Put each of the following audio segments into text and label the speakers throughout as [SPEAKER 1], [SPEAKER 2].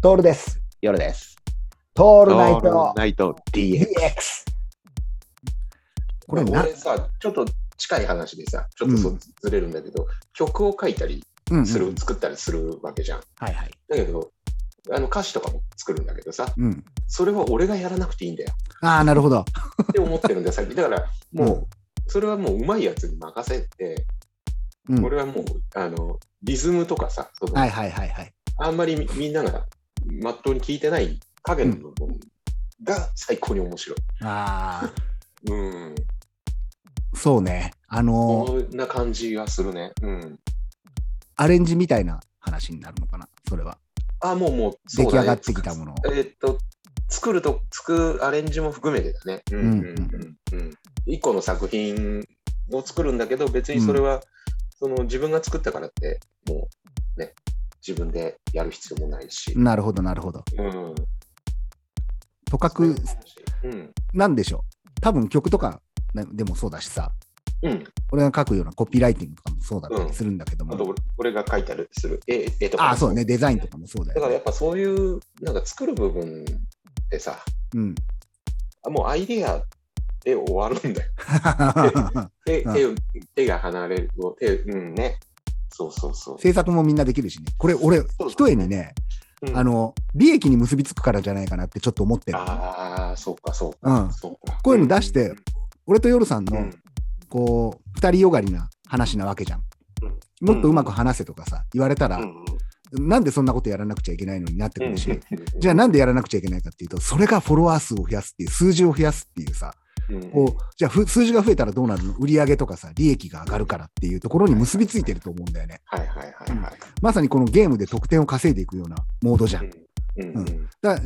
[SPEAKER 1] トールです。
[SPEAKER 2] 夜です。
[SPEAKER 1] ト
[SPEAKER 2] オ
[SPEAKER 1] ールナイト
[SPEAKER 2] ナイト DX。
[SPEAKER 1] DX。これな、
[SPEAKER 3] 俺さ、ちょっと近い話でさ、ちょっとそううずれるんだけど、曲を書いたり
[SPEAKER 1] うんうん
[SPEAKER 3] する、作ったりするわけじゃん。
[SPEAKER 1] はいはい。
[SPEAKER 3] だけど、あの歌詞とかも作るんだけどさ、
[SPEAKER 1] うん。
[SPEAKER 3] それは俺がやらなくていいんだよ
[SPEAKER 1] ああ、なるほど。
[SPEAKER 3] って思ってるんだよ、さっ き。だから、も
[SPEAKER 1] うん
[SPEAKER 3] う、それはもううまいやつに任せて、
[SPEAKER 1] うん
[SPEAKER 3] 俺はもう、あの、リズムとかさ、その
[SPEAKER 1] はいはいはいはい。
[SPEAKER 3] あんまりみみんながまっとうに聞いてない影の部分が最高に面白い。
[SPEAKER 1] あ
[SPEAKER 3] う
[SPEAKER 1] あ、
[SPEAKER 3] ん、
[SPEAKER 1] そうね。あのー
[SPEAKER 3] こんな感じがするね。うん。
[SPEAKER 1] アレンジみたいな話になるのかな、それは。
[SPEAKER 3] あ、もうもう、
[SPEAKER 1] 出来上がって
[SPEAKER 3] た
[SPEAKER 1] きたものを。
[SPEAKER 3] えーっと、作ると、作るアレンジも含めてだね。うんうんうんうん。一個の作品を作るんだけど、別にそれは、その自分が作ったからって、もうね、自分でやる必要もないし。
[SPEAKER 1] なるほど、なるほど。
[SPEAKER 3] うん。
[SPEAKER 1] とかく、
[SPEAKER 3] うん。
[SPEAKER 1] なんでしょう。多分曲とかねでもそうだしさ、
[SPEAKER 3] うん。
[SPEAKER 1] 俺が書くようなコピーライティングとかもそうだったりするんだけど
[SPEAKER 3] あと
[SPEAKER 1] も。
[SPEAKER 3] 俺、俺が書いたりする絵絵とか。
[SPEAKER 1] ああ、そうね。デザインとかもそうだ
[SPEAKER 3] だか
[SPEAKER 1] よ
[SPEAKER 3] らや
[SPEAKER 1] ね。
[SPEAKER 3] っぱそういう、なんか作る部分ってさ、
[SPEAKER 1] うん。
[SPEAKER 3] あもうアイデアで終わるんだよ。手
[SPEAKER 1] うん
[SPEAKER 3] 手を手が離れると、手、うんね。そうそうそう。
[SPEAKER 1] 制作もみんなできるしね。これ、俺、
[SPEAKER 3] そう
[SPEAKER 1] 一重にね、
[SPEAKER 3] うん
[SPEAKER 1] あの、利益に結びつくからじゃないかなってちょっと思ってる。
[SPEAKER 3] ああ、そうか、そうか。
[SPEAKER 1] うん。
[SPEAKER 3] そうか。
[SPEAKER 1] こういうの出して俺と夜さん
[SPEAKER 3] うん、う
[SPEAKER 1] の
[SPEAKER 3] ん、
[SPEAKER 1] こう、二人よがりな話なわけじゃん。もっとうまく話せとかさ、言われたら
[SPEAKER 3] う、ん
[SPEAKER 1] なんでそんなことやらなくちゃいけないのになってく
[SPEAKER 3] うん
[SPEAKER 1] るし、じゃあなんでやらなくちゃいけないかっていうと、それがフォロワー数を増やすっていう、数字を増やすっていうさ、
[SPEAKER 3] うん
[SPEAKER 1] こう、じゃあふ数字が増えたらどうなるの売り上げとかさ、利益が上がるからっていうところに結びついてると思うんだよね。
[SPEAKER 3] はいはいはいはい。
[SPEAKER 1] まさにこのゲームで得点を稼いでいくようなモードじゃん。
[SPEAKER 3] うんうんうん
[SPEAKER 1] だ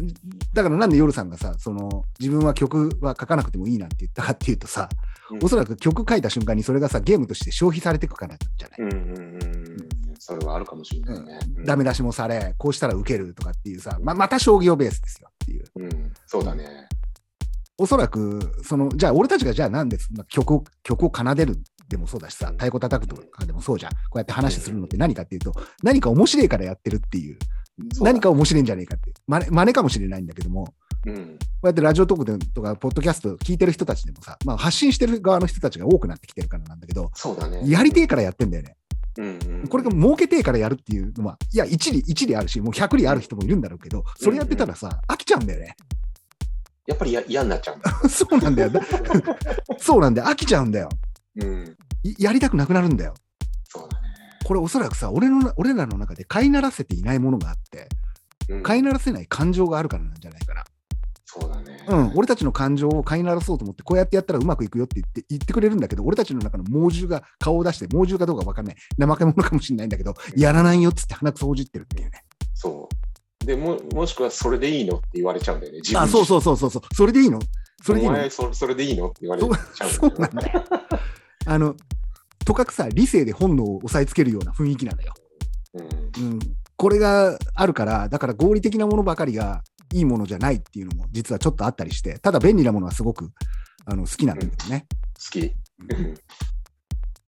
[SPEAKER 1] だからなんで夜さんがさその自分は曲は書かなくてもいいなんて言ったかっていうとさ、
[SPEAKER 3] うん
[SPEAKER 1] おそらく曲書いた瞬間にそれがさゲームとして消費されていくからじゃない、
[SPEAKER 3] うんうんうん。それはあるかもしれないね。うん
[SPEAKER 1] ダメ。出しもされこうしたらウケるとかっていうさままた商業ベースですよっていう
[SPEAKER 3] うん、そうだね。
[SPEAKER 1] おそらくそのじゃあ俺たちがじゃあなんでそんな曲を曲を奏でるでもそうだしさ太鼓叩くとかでもそうじゃんこうやって話するのって何かっていうと何か面白いからやってるっていう
[SPEAKER 3] そうだ
[SPEAKER 1] 何か面白いんじゃねえかって真似真似かもしれないんだけども、
[SPEAKER 3] うん。
[SPEAKER 1] こうやってラジオトークでとか、ポッドキャスト聞いてる人たちでもさ、まあ、発信してる側の人たちが多くなってきてるからなんだけど、
[SPEAKER 3] そうだね。
[SPEAKER 1] やりてえからやってんだよね。
[SPEAKER 3] うんうん、
[SPEAKER 1] これが儲けてえからやるっていうのは、いや、一理、一理あるし、もう百理ある人もいるんだろうけど、それやってたらさ、飽きちゃうんだよね。
[SPEAKER 3] やっぱりや嫌になっちゃうんだ。
[SPEAKER 1] そうなん だよ。だそうなんだよ。飽きちゃうんだよ。
[SPEAKER 3] うん。
[SPEAKER 1] いやりたくなくなるんだよ。
[SPEAKER 3] そうだね。
[SPEAKER 1] これおそらくさ、俺の、俺らの中で飼いならせていないものがあって、
[SPEAKER 3] うん、
[SPEAKER 1] 飼いならせない感情があるからなんじゃないかな。
[SPEAKER 3] そうだね。
[SPEAKER 1] うん、俺たちの感情を飼いならそうと思って、こうやってやったらうまくいくよって言って言ってくれるんだけど、俺たちの中の猛獣が顔を出して、猛獣かどうか分かんない、怠け者かもしれないんだけど、やらないよっつって鼻くそほじってるっていうね。
[SPEAKER 3] そう。でも、もしくはそれでいいのって言われちゃうんだよね。自分
[SPEAKER 1] あ、そうそうそうそうそう、それでいいのそれでいい
[SPEAKER 3] お
[SPEAKER 1] の
[SPEAKER 3] 前そそれでいいのって言われちゃうんだよね。
[SPEAKER 1] そうなんだよ。あの、とかくさ、理性で本能を押さえつけるような雰囲気なのよ。
[SPEAKER 3] うん
[SPEAKER 1] うん、これがあるから、だから合理的なものばかりがいいものじゃないっていうのも、実はちょっとあったりして、ただ便利なものはすごくあの好きなんだけどね。
[SPEAKER 3] 好き。うん